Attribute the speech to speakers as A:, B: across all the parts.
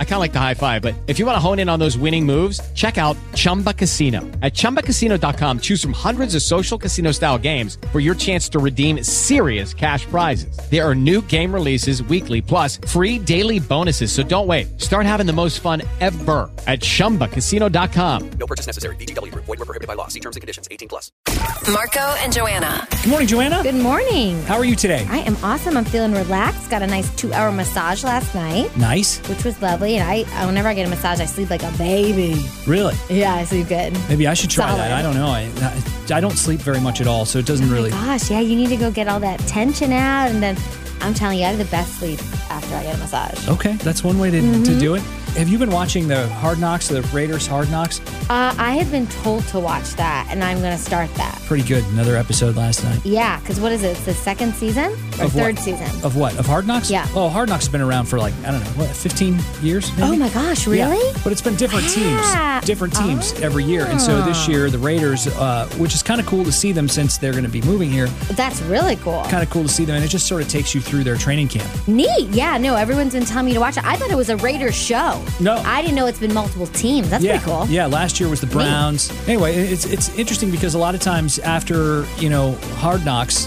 A: I kind of like the high five, but if you want to hone in on those winning moves, check out Chumba Casino. At chumbacasino.com, choose from hundreds of social casino style games for your chance to redeem serious cash prizes. There are new game releases weekly, plus free daily bonuses. So don't wait. Start having the most fun ever at chumbacasino.com.
B: No purchase necessary. BGW. Void were prohibited by law. See terms and conditions. 18 plus.
C: Marco and Joanna.
D: Good morning, Joanna.
E: Good morning.
D: How are you today?
E: I am awesome. I'm feeling relaxed. Got a nice two hour massage last night,
D: nice.
E: which was lovely. And I, I- whenever I get a massage, I sleep like a baby.
D: Really?
E: Yeah, I sleep good.
D: Maybe I should try
E: Solid. Oh
D: that. I don't know. I, I don't sleep very much at all, so it doesn't really.
E: Gosh, yeah, you need to go get all that tension out. And then I'm telling you, I have the best sleep after I get a massage.
D: Okay, that's one way to,
E: Mm-hmm.
D: to do it. Have you been watching the Hard Knocks, the Raiders Hard Knocks?
E: Uh, I have been told to watch that, and I'm going to start that.
D: Pretty good. Another episode last night.
E: Yeah, because what is it? It's the second season or
D: Of what?
E: third season?
D: Of what? Of Hard Knocks?
E: Yeah.
D: Oh, Hard Knocks has been around for like, I don't know, what, 15 years? Maybe?
E: oh my gosh,
D: Yeah,
E: really?
D: But it's been different
E: Yeah. Ah.
D: teams, different teams every year. And so this year, the Raiders, uh, which is kind of cool to see them since they're going to be moving here,
E: That's really cool.
D: kind of cool to see them. And it just sort of takes you through their training camp.
E: Neat. Yeah, no, everyone's been telling me to watch it. I thought it was a Raiders show.
D: No.
E: I didn't know it's been multiple teams. That's
D: yeah,
E: pretty cool.
D: yeah. Last year was the Browns. Anyway, it's it's interesting because a lot of times after you know Hard Knocks,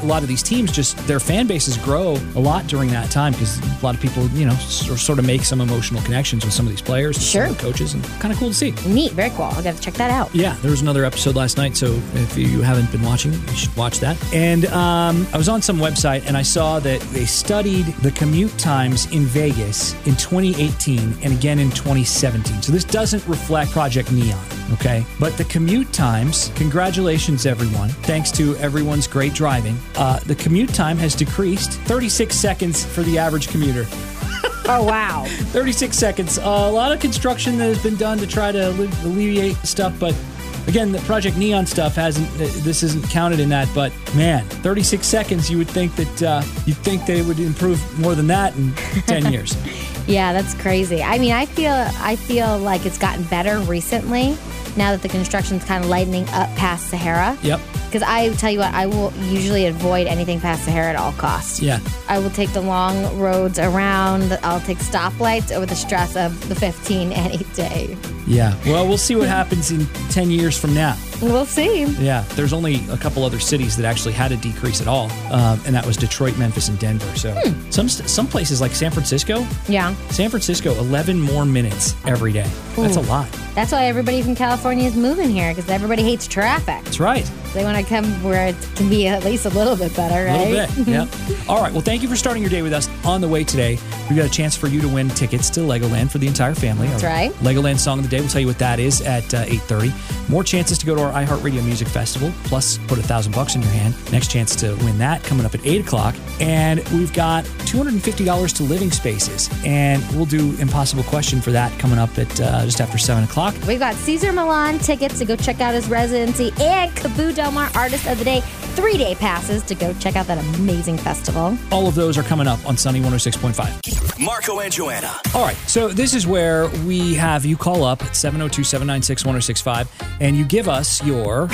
D: a lot of these teams just their fan bases grow a lot during that time because a lot of people you know sor- sort of make some emotional connections with some of these players, and
E: Sure.
D: some of the coaches, and kind of cool to see.
E: Neat. Very cool. I'll gotta check that out.
D: Yeah, there was another episode last night, so if you haven't been watching, you should watch that. And um, I was on some website and I saw that they studied the commute times in Vegas in 2018 and again in 2017. So this doesn't reflect Project Neon, okay? But the commute times, congratulations, everyone. Thanks to everyone's great driving, uh, the commute time has decreased 36 seconds for the average commuter.
E: Oh wow.
D: 36 seconds. Uh, a lot of construction that has been done to try to alle- alleviate stuff, but again, the Project Neon stuff hasn't. th- This isn't counted in that. But man, 36 seconds. You would think that uh, you'd think they would improve more than that in 10 years.
E: yeah, that's crazy. I mean, I feel I feel like it's gotten better recently. Now that the construction's kind of lightening up past Sahara.
D: Yep.
E: Because I tell you what, I will usually avoid anything past Sahara at all costs.
D: Yeah.
E: I will take the long roads around. I'll take stoplights over the stress of the 15 any day.
D: Yeah. Well, we'll see what happens in 10 years from now.
E: We'll see.
D: Yeah. There's only a couple other cities that actually had a decrease at all, um, and that was Detroit, Memphis, and Denver. So some st- some places like San Francisco.
E: Yeah.
D: San Francisco, 11 more minutes every day. That's a lot.
E: That's why everybody from California is moving here because everybody hates traffic.
D: That's right.
E: They want to come where it can be at least a little bit better,
D: A
E: right?
D: little bit. Yeah. All right. Well, thank you for starting your day with us on the way today. We've got a chance for you to win tickets to Legoland for the entire family. That's
E: right.
D: Legoland Song of the Day. We'll tell you what that is at uh, 8.30. More chances to go to our iHeartRadio Music Festival, plus put a thousand bucks in your hand. Next chance to win that coming up at 8 o'clock. And we've got $250 to Living Spaces. And we'll do Impossible Question for that coming up at uh, just after 7 o'clock.
E: We've got Caesar Milan tickets to go check out his residency and Caboo Del Mar Artist of the Day three day passes to go check out that amazing festival.
D: All of those are coming up on Sunny 106.5.
B: Marco and Joanna.
D: All right, so this is where we have you call up at 702 796 1065 and you give us your.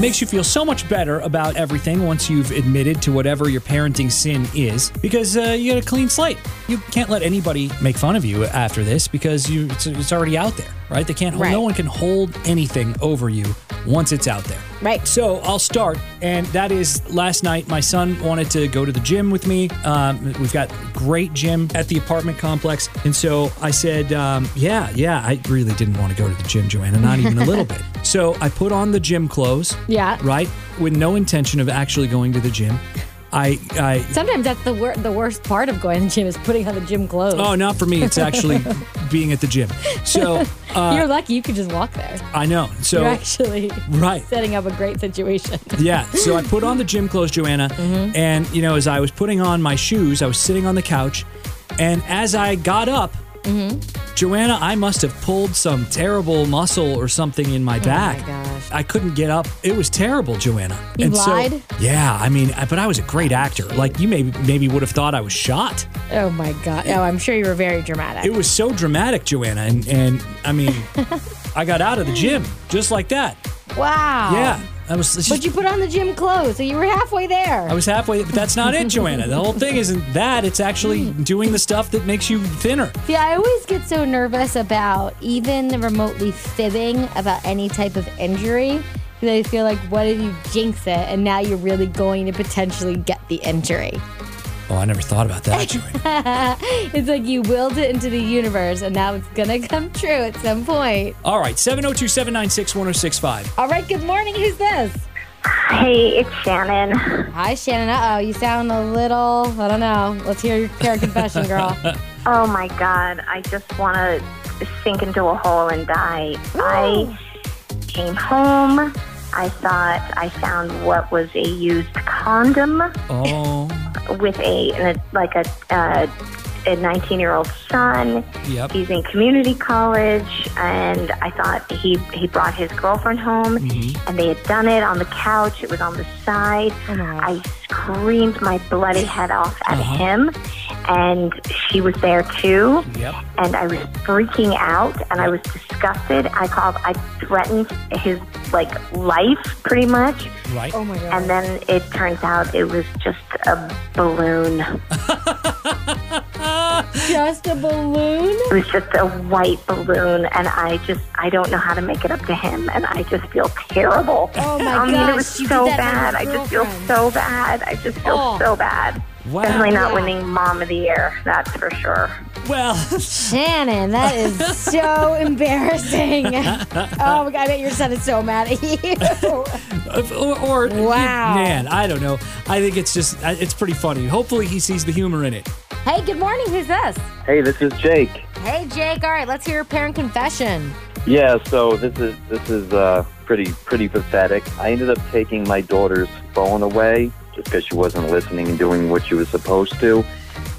D: Makes you feel so much better about everything once you've admitted to whatever your parenting sin is because uh, you got a clean slate. You can't let anybody make fun of you after this because you it's, it's already out there, right? They can't,
E: Right.
D: no one can hold anything over you once it's out there.
E: Right.
D: So I'll start, and that is last night. My son wanted to go to the gym with me. Um, we've got great gym at the apartment complex, and so I said, um, "Yeah, yeah." I really didn't want to go to the gym, Joanna, not even a little bit. So I put on the gym clothes.
E: Yeah.
D: Right, with no intention of actually going to the gym. I, I
E: Sometimes that's the, wor- the worst part of going to the gym is putting on the gym clothes.
D: oh, not for me. It's actually being at the gym. So uh,
E: You're lucky you could just walk there.
D: I know. So
E: You're actually
D: right.
E: setting up a great situation.
D: Yeah, so I put on the gym clothes, Joanna,
E: Mm-hmm.
D: and you know, as I was putting on my shoes, I was sitting on the couch, and as I got up,
E: Mm-hmm.
D: Joanna, I must have pulled some terrible muscle or something in my back.
E: Oh gosh.
D: I couldn't get up. It was terrible, Joanna.
E: You lied?
D: So, yeah, I mean, I, but I was a great actor. Like you maybe maybe would have thought I was shot.
E: Oh my God. Oh, I'm sure you were very dramatic.
D: It was so dramatic, Joanna, and and I mean, I got out of the gym just like that.
E: Wow.
D: Yeah, I was. it's
E: But
D: just-
E: you put on the gym clothes, so you were halfway there.
D: I was halfway, but that's not it, Joanna. The whole thing isn't that. It's actually doing the stuff that makes you thinner.
E: yeah, I always get so nervous about even remotely fibbing about any type of injury. Because I feel like, what if you jinx it and now you're really going to potentially get the injury?
D: Oh, I never thought about that, Joanna.
E: It's like you willed it into the universe and now it's going to come true at some point.
D: All right, 702 796 1065.
E: All right, good morning. Who's this?
F: Hey, it's Shannon.
E: Hi, Shannon. Uh oh, you sound a little, I don't know. Let's hear your care confession, girl.
F: Oh my God, I just want to sink into a hole and die. I came home. I thought I found what was a used condom
D: Oh,
F: with a, an, like a uh, a 19 year old son.
D: yep.
F: He's in community college, and I thought he he brought his girlfriend home,
D: Mm-hmm.
F: and they had done it on the couch. It was on the side.
D: Oh,
F: I screamed my bloody head off at
D: Uh-huh.
F: him, and she was there too.
D: Yep.
F: And I was freaking out, and I was disgusted. I called. I threatened his like life, pretty much.
D: Right.
E: Oh my God.
F: And then it turns out it was just a balloon.
E: Just a balloon?
F: It was just a white balloon, and I just I don't know how to make it up to him, and I just feel terrible.
E: Oh, my
F: I mean, it
E: gosh,
F: was
E: you did
F: so
E: that to
F: bad.
E: your
F: I just feel
E: girlfriend.
F: so bad. I just feel
E: Oh.
F: so bad.
D: Wow.
F: Definitely not
E: Yeah.
F: winning Mom of the Year, that's for sure.
D: Well,
E: Shannon, that is so embarrassing. Oh my God, I bet your son is so mad at you.
D: or, or
E: Wow.
D: man, I don't know. I think it's just I- it's pretty funny. Hopefully, he sees the humor in it.
E: hey, good morning. Who's this?
G: Hey, this is Jake.
E: Hey, Jake. All right, let's hear your parent confession.
G: Yeah, so this is this is uh, pretty pretty pathetic. I ended up taking my daughter's phone away just because she wasn't listening and doing what she was supposed to,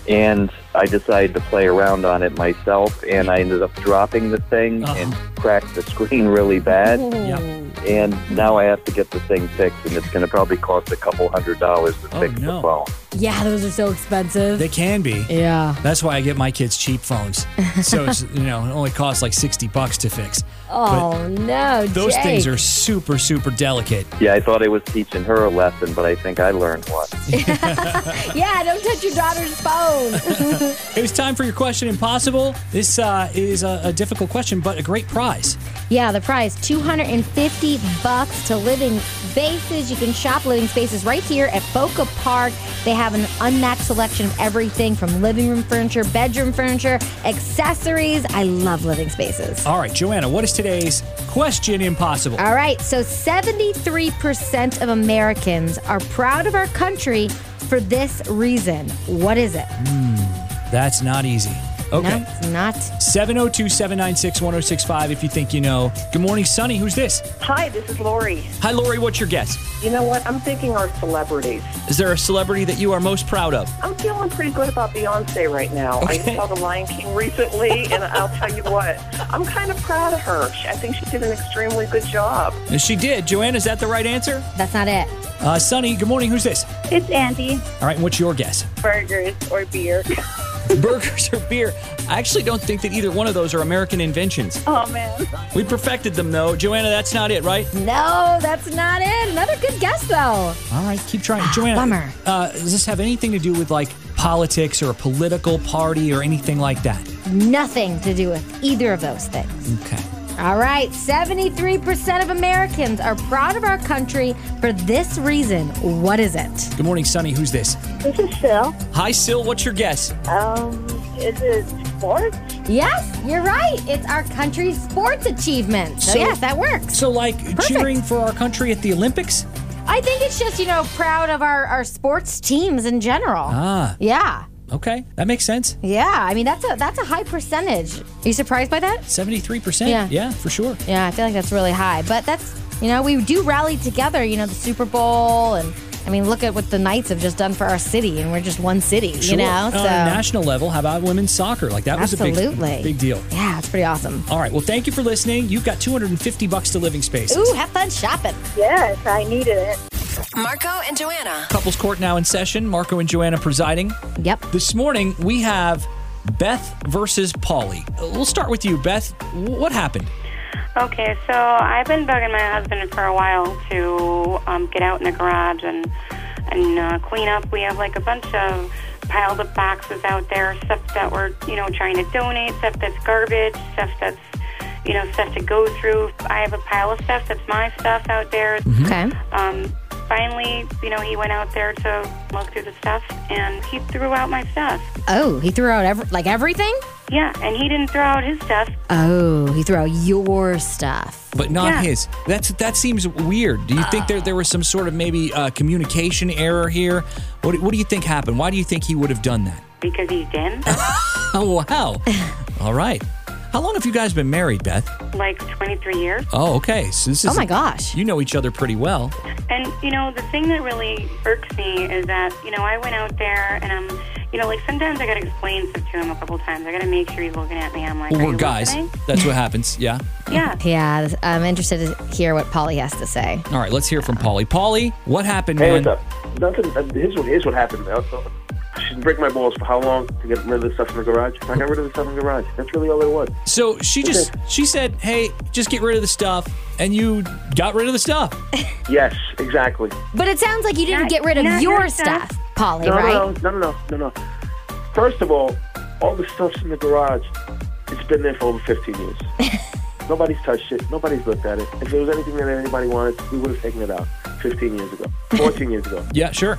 G: and I decided to play around on it myself, and I ended up dropping the thing
D: Uh-huh.
G: and cracked the screen really bad,
E: Oh.
G: and now I have to get the thing fixed, and it's going to probably cost a couple hundred dollars to
D: Oh,
G: fix
D: no.
G: the phone.
E: Yeah, those are so expensive.
D: They can be.
E: yeah.
D: That's why I get my kids cheap phones. So it's, you know, it only costs like sixty bucks to fix.
E: Oh no,
D: Those
E: Jake.
D: things are super, super delicate.
G: Yeah, I thought I was teaching her a lesson, but I think I learned one.
E: Yeah, don't touch your daughter's phone.
D: It was time for your question, impossible. This uh, is a, a difficult question, but a great prize.
E: yeah, the prize 250 bucks to Living Spaces. You can shop Living Spaces right here at Boca Park. They have an unmatched selection of everything from living room furniture, bedroom furniture, accessories. I love Living Spaces.
D: All right, Joanna, what is today's question, impossible?
H: Uh,
E: All right, so 73% of Americans are proud of our country for this reason. What is it?
D: That's not easy. Okay.
E: No, it's not
D: 702 796 1065 if you think you know. Good morning, Sonny. Who's this?
I: Hi, this is Lori.
D: Hi, Lori. What's your guess?
I: You know what? I'm thinking our celebrities.
D: Is there a celebrity that you are most proud of?
I: I'm feeling pretty good about Beyonce right now. I saw The Lion King recently, and I'll tell you what, I'm kind of proud of her. I think she did an extremely good job.
D: Uh, She did. Joanna, is that the right answer?
E: That's not it.
D: Uh, Sonny, good morning. Who's this?
H: It's Andy.
D: All right, and what's your guess?
H: Burgers or beer.
J: burgers or beer. I actually don't think that either one of those are American inventions.
H: Oh, man.
J: We perfected them though. Joanna, that's not it, right?
E: No, that's not it. Another good guess, though.
D: All right, keep trying. Joanna.
E: Ah, Bummer.
D: Uh, does this have anything to do with like politics or a political party or anything like that?
E: Nothing to do with either of those things.
D: Okay.
E: All right, 73% of Americans are proud of our country for this reason. What is it?
D: Good morning, Sonny. Who's this?
H: This is Phil.
J: Hi, Sil, what's your guess?
H: Um, is it sports?
E: Yes, you're right. It's our country's sports achievement. So,
D: So-
E: yes, that works.
D: So, like cheering for our country at the Olympics?
E: I think it's just, you know, proud of our, our sports teams in general. Ah. Yeah.
D: Okay, that makes sense.
E: Yeah. I mean, that's a that's a high percentage. Are you surprised by that?
D: 73%.
E: Yeah.
D: yeah for sure.
E: Yeah, I feel like that's really high. But that's, you know, we do rally together, you know, the Super Bowl and I mean, look at what the Knights have just done for our city and we're just one city, you
D: Sure. Oh,
E: know?
D: On a national level, how about women's soccer? Like that was a
E: Absolutely.
D: big, big deal.
E: yeah, it's pretty awesome.
D: All right. Well, thank you for listening. You've got 250 bucks to Living Spaces.
E: Ooh, have fun shopping.
H: Yes, I needed it.
C: Marco and Joanna.
J: Couples court now in session. Marco and Joanna presiding.
E: Yep.
D: Mm-hmm.
J: This morning we have Beth versus Polly. We'll start with you, Beth. What happened?
F: Okay, so I've been bugging my husband for a while to um, get out in the garage and and uh, clean up. We have like a bunch of piles of boxes out there, stuff that we're you know trying to donate, stuff that's garbage, stuff that's you know stuff to go through. I have a pile of stuff that's my stuff out there.
E: Okay.
F: Um, finally, you know, he went out there to look through the stuff, and he threw out my stuff.
E: Oh, he threw out every, like everything?
F: Yeah, and he didn't throw out his stuff.
E: Oh, he threw out your stuff.
D: But not
F: Yeah.
D: his. That's that seems weird. Do you think there there was some sort of maybe uh, communication error here? What do- what do you think happened? Why do you think he would have done that?
F: Because he's in
D: Oh wow! All right. How long have you guys been married, Beth?
F: like 23 years.
D: Oh, okay. So this is
F: Oh, my gosh.
D: You know each other pretty well.
F: And you know, the thing that really irks me is that you know I went out there and I'm, you know, like sometimes I gotta explain stuff to him a couple times. I gotta make sure he's looking at me. I'm like,
D: Well,
F: Are
D: we're
F: you
D: guys.
F: listening?"
D: That's what happens. Yeah.
F: Yeah.
E: Yeah, th- I'm interested to hear what Polly has to say.
D: All right. Let's hear from Polly. Polly, what happened,
K: Hey,
D: man?
K: what's up? Nothing. uh, Here's what, here's what happened. man. So, She's been breaking my balls for how long to get rid of the stuff in the garage? I got rid of the stuff in the garage. That's really all it was.
D: So she just she said, "Hey, just get rid of the stuff," and you got rid of the stuff.
K: Yes, exactly.
E: But it sounds like you didn't get rid of
F: not
E: your
F: your
E: stuff, Polly,
K: no,
E: right?
K: no, no, no, no, no, no. First of all, all the stuff's in the garage. It's been there for over 15 years. Nobody's touched it. Nobody's looked at it. If there was anything that anybody wanted, we would have taken it out 15 years ago, 14 years ago,
D: Yeah, sure.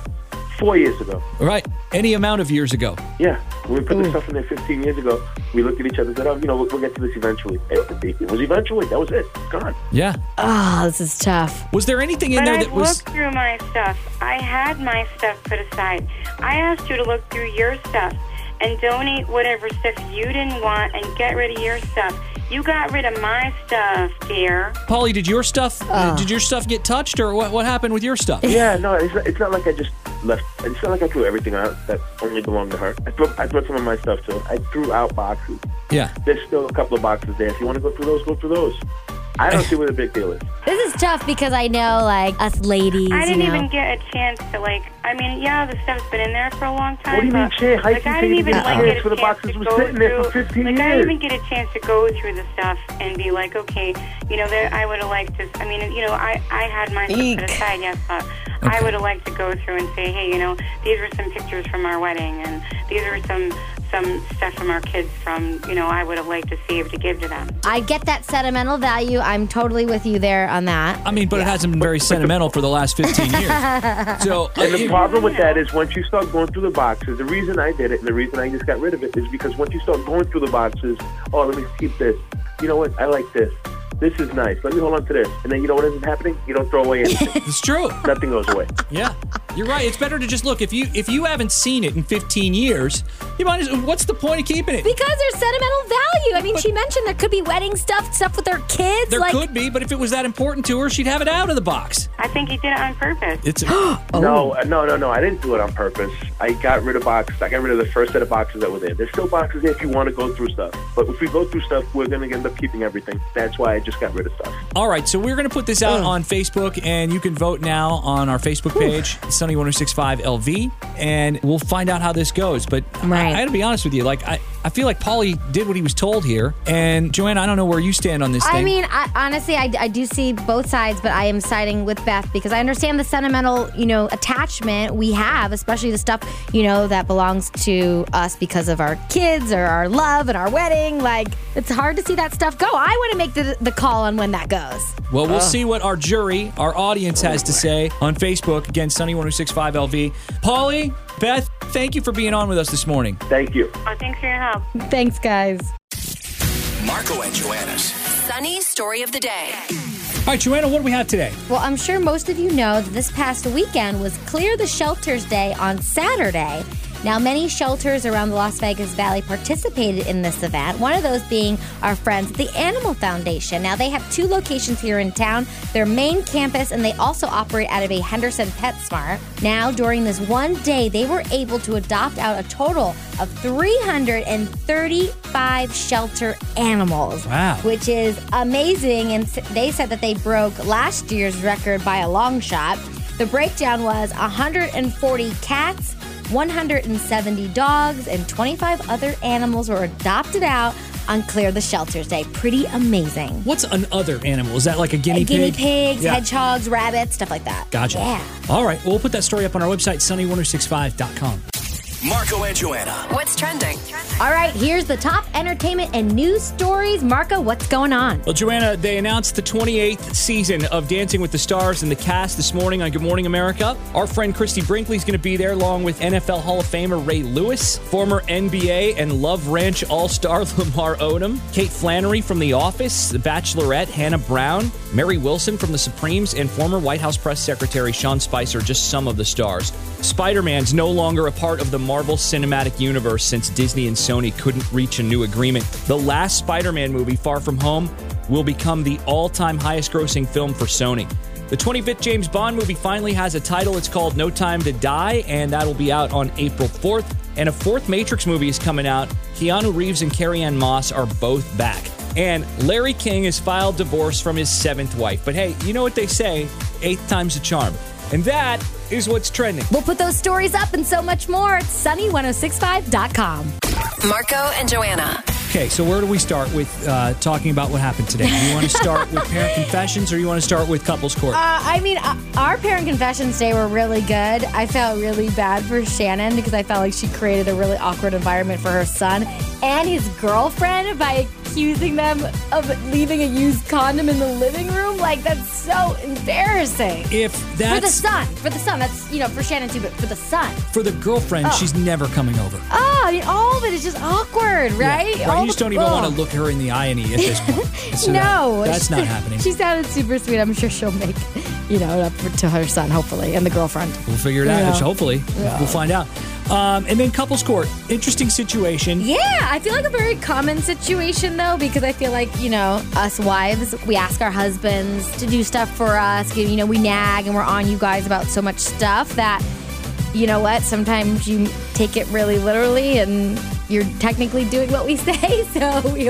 K: four years ago.
D: All right. Any amount of years ago.
K: Yeah, when we put this stuff in there 15 years ago, we looked at each other and said, oh, you know, we'll, we'll get to this eventually. It, it- it was eventually. That was it. It's gone.
D: Yeah.
E: Oh, this is tough.
D: Was there anything
F: But I've looked through my stuff. I had my stuff put aside. I asked you to look through your stuff and donate whatever stuff you didn't want and get rid of your stuff. You got rid of my stuff, dear.
D: Polly, did your stuff uh, did your stuff get touched, or what, what happened with your stuff?
K: Yeah, no, it's not, it's not like I just left. It's not like I threw everything out that only belonged to her. I threw, I threw some of my stuff, too. I threw out boxes.
D: Yeah.
K: There's still a couple of boxes there. If you want to go through those, go through those. I don't see where the big deal is.
E: This is tough because I know, like, us ladies.
F: I didn't
E: you know.
F: even get a chance to like. I mean, yeah, the stuff's been in there for a long time.
K: What do you mean,
F: but,
K: Jay? How
F: like,
K: you
F: I
K: say
F: didn't
K: you
F: even
K: didn't
F: like
K: get
F: get
K: a
F: a
K: chance for the
F: chance
K: boxes
F: to
K: was
F: go
K: sitting there for
F: through-
K: 15
F: like, I
K: years.
F: didn't even get a chance to go through the stuff and be like, okay, you know, there, I would have liked to. I mean, you know, I I had my stuff
L: Eek.
F: put aside, yes, but I
L: Okay.
F: would have liked to go through and say, hey, you know, these were some pictures from our wedding, and these were some some stuff from our kids from you know I would have liked to save to give to them.
E: I get that sentimental value. I'm totally with you there on that.
D: I mean, but it hasn't been very sentimental for the last 15 years. So,
K: and the problem with that is once you start going through the boxes, the reason I did it and the reason I just got rid of it is because once you start going through the boxes, oh, let me keep this. You know what? I like this. This is nice. Let me hold on to this. And then you know what ends up happening? You don't throw away anything.
D: it's true.
K: Nothing goes away.
D: Yeah, you're right. It's better to just look. If you if you haven't seen it in 15 years, you might. As, what's the point of keeping it?
E: Because there's sentimental value. I mean, she mentioned there could be wedding stuff, stuff with her kids.
D: There
E: like,
D: could be, but if it was that important to her, she'd have it out of the box.
F: I think he did it on purpose.
D: It's
K: No, uh, no, no, no. I didn't do it on purpose. I got rid of boxes. I got rid of the first set of boxes that were there. There's still boxes there if you want to go through stuff. But if we go through stuff, we're going to end up keeping everything. That's why I just got rid of stuff.
D: All right, so we're going to put this
E: Mm.
D: out on Facebook, and you can vote now on our Facebook page, Sunny 1065 LV, and we'll find out how this goes. But I, I got to be honest with you. Like, I, I feel like Paulie did what he was told here. And Joanna, I don't know where you stand on this
E: I
D: thing.
E: mean, I, honestly, I, I do see both sides, but I am siding with Beth because I understand the sentimental, you know, attachment we have, especially the stuff, you know, that belongs to us because of our kids or our love and our wedding. Like, it's hard to see that stuff go. I want to make the, the call on when that goes.
D: Well, we'll
E: Ugh.
D: see what our jury, our audience has to say on Facebook. Again, Sunny1065LV. Paulie, Beth, thank you for being on with us this morning.
K: Thank you.
F: Oh, thanks for your help.
E: Thanks, guys.
M: Marco and Joanna's.
C: Sunny story of the day.
D: All right, Joanna, what do we have today?
E: Well, I'm sure most of you know that this past weekend was Clear the Shelters Day on Saturday. Now, many shelters around the Las Vegas Valley participated in this event, one of those being our friends at the Animal Foundation. Now, they have two locations here in town their main campus, and they also operate out of a Henderson Pet Smart. Now, during this one day, they were able to adopt out a total of 335 shelter animals
L: Wow.
E: which is amazing. And s- they said that they broke last year's record by a long shot. The breakdown was 140 cats, 170 dogs, and 25 other animals were adopted out on Clear the Shelters Day. Pretty amazing.
D: What's an other animal? Is that like a guinea,
E: Guinea
D: pig?
E: pigs,
D: Yeah.
E: hedgehogs, rabbits, stuff like that.
D: Gotcha.
E: Yeah.
D: All right. Well, we'll put that story up on our website, sunny1065.com.
B: Marco and Joanna.
C: What's trending?
E: All right, here's the top entertainment and news stories. Marco, what's going on?
J: Well, Joanna, they announced the 28th season of Dancing with the Stars and the cast this morning on Good Morning America. Our friend Christy Brinkley's going to be there along with NFL Hall of Famer Ray Lewis, former NBA and Love Ranch All Star Lamar Odom, Kate Flannery from The Office, The Bachelorette Hannah Brown, Mary Wilson from The Supremes, and former White House Press Secretary Sean Spicer, just some of the stars. Spider Man's no longer a part of the Marvel Cinematic Universe since Disney and Sony couldn't reach a new agreement. The last Spider Man movie, Far From Home, will become the all time highest grossing film for Sony. The 25th James Bond movie finally has a title. It's called No Time to Die, and that'll be out on April 4th. And a fourth Matrix movie is coming out. Keanu Reeves and Carrie Ann Moss are both back. And Larry King has filed divorce from his seventh wife. But hey, you know what they say eighth time's a charm. And that is what's trending.
E: We'll put those stories up and so much more at sunny1065.com.
C: Marco and Joanna.
D: Okay, so where do we start with uh, talking about what happened today? Do you want to start with parent confessions or you want to start with couples court?
E: Uh, I mean, uh, our parent confessions day were really good. I felt really bad for Shannon because I felt like she created a really awkward environment for her son and his girlfriend by accusing them of leaving a used condom in the living room. Like, that's so embarrassing.
D: if
E: for the
D: that's
E: son, for the son, that's, you know, for Shannon too, but for the son.
D: for the girlfriend,
E: Oh.
D: she's never coming over.
E: Oh, I mean, all of it is just awkward, right?
D: Yeah,
E: All
D: You just
E: the-
D: don't even
E: ugh.
D: want to look her in the eye any at this point. So that-
E: no,
D: that's not happening.
E: She sounded super sweet. I'm sure she'll make, you know, it up for- to her son, hopefully, and the girlfriend.
D: We'll figure it out.
E: Yeah.
D: Hopefully,
E: Yeah.
D: we'll find out. Um, and then couples court, interesting situation.
E: Yeah, I feel like a very common situation though, because I feel like, you know, us wives, we ask our husbands to do stuff for us. You know, we nag and we're on you guys about so much stuff that, you know what, sometimes you take it really literally and you're technically doing what we say. So we,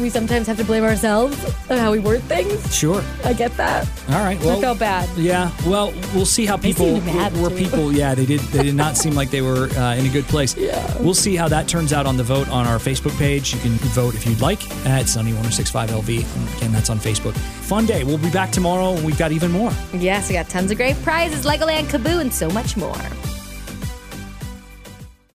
E: we sometimes have to blame ourselves on how we word things.
D: Sure.
E: I get that.
D: All right. Well,
E: I felt bad.
D: Yeah. Well, we'll see how
E: They
D: people
E: seemed mad,
D: were.
E: too.
D: People. Yeah, they did. They did not seem like they were uh, in a good place. Yeah. We'll see how that turns out on the vote on our Facebook page. You can vote if you'd like at Sunny 1065 LV. Again, that's on Facebook. Fun day. We'll be back tomorrow. We've got even more.
E: Yes, we got tons of great prizes, Legoland, Kaboo, and so much more.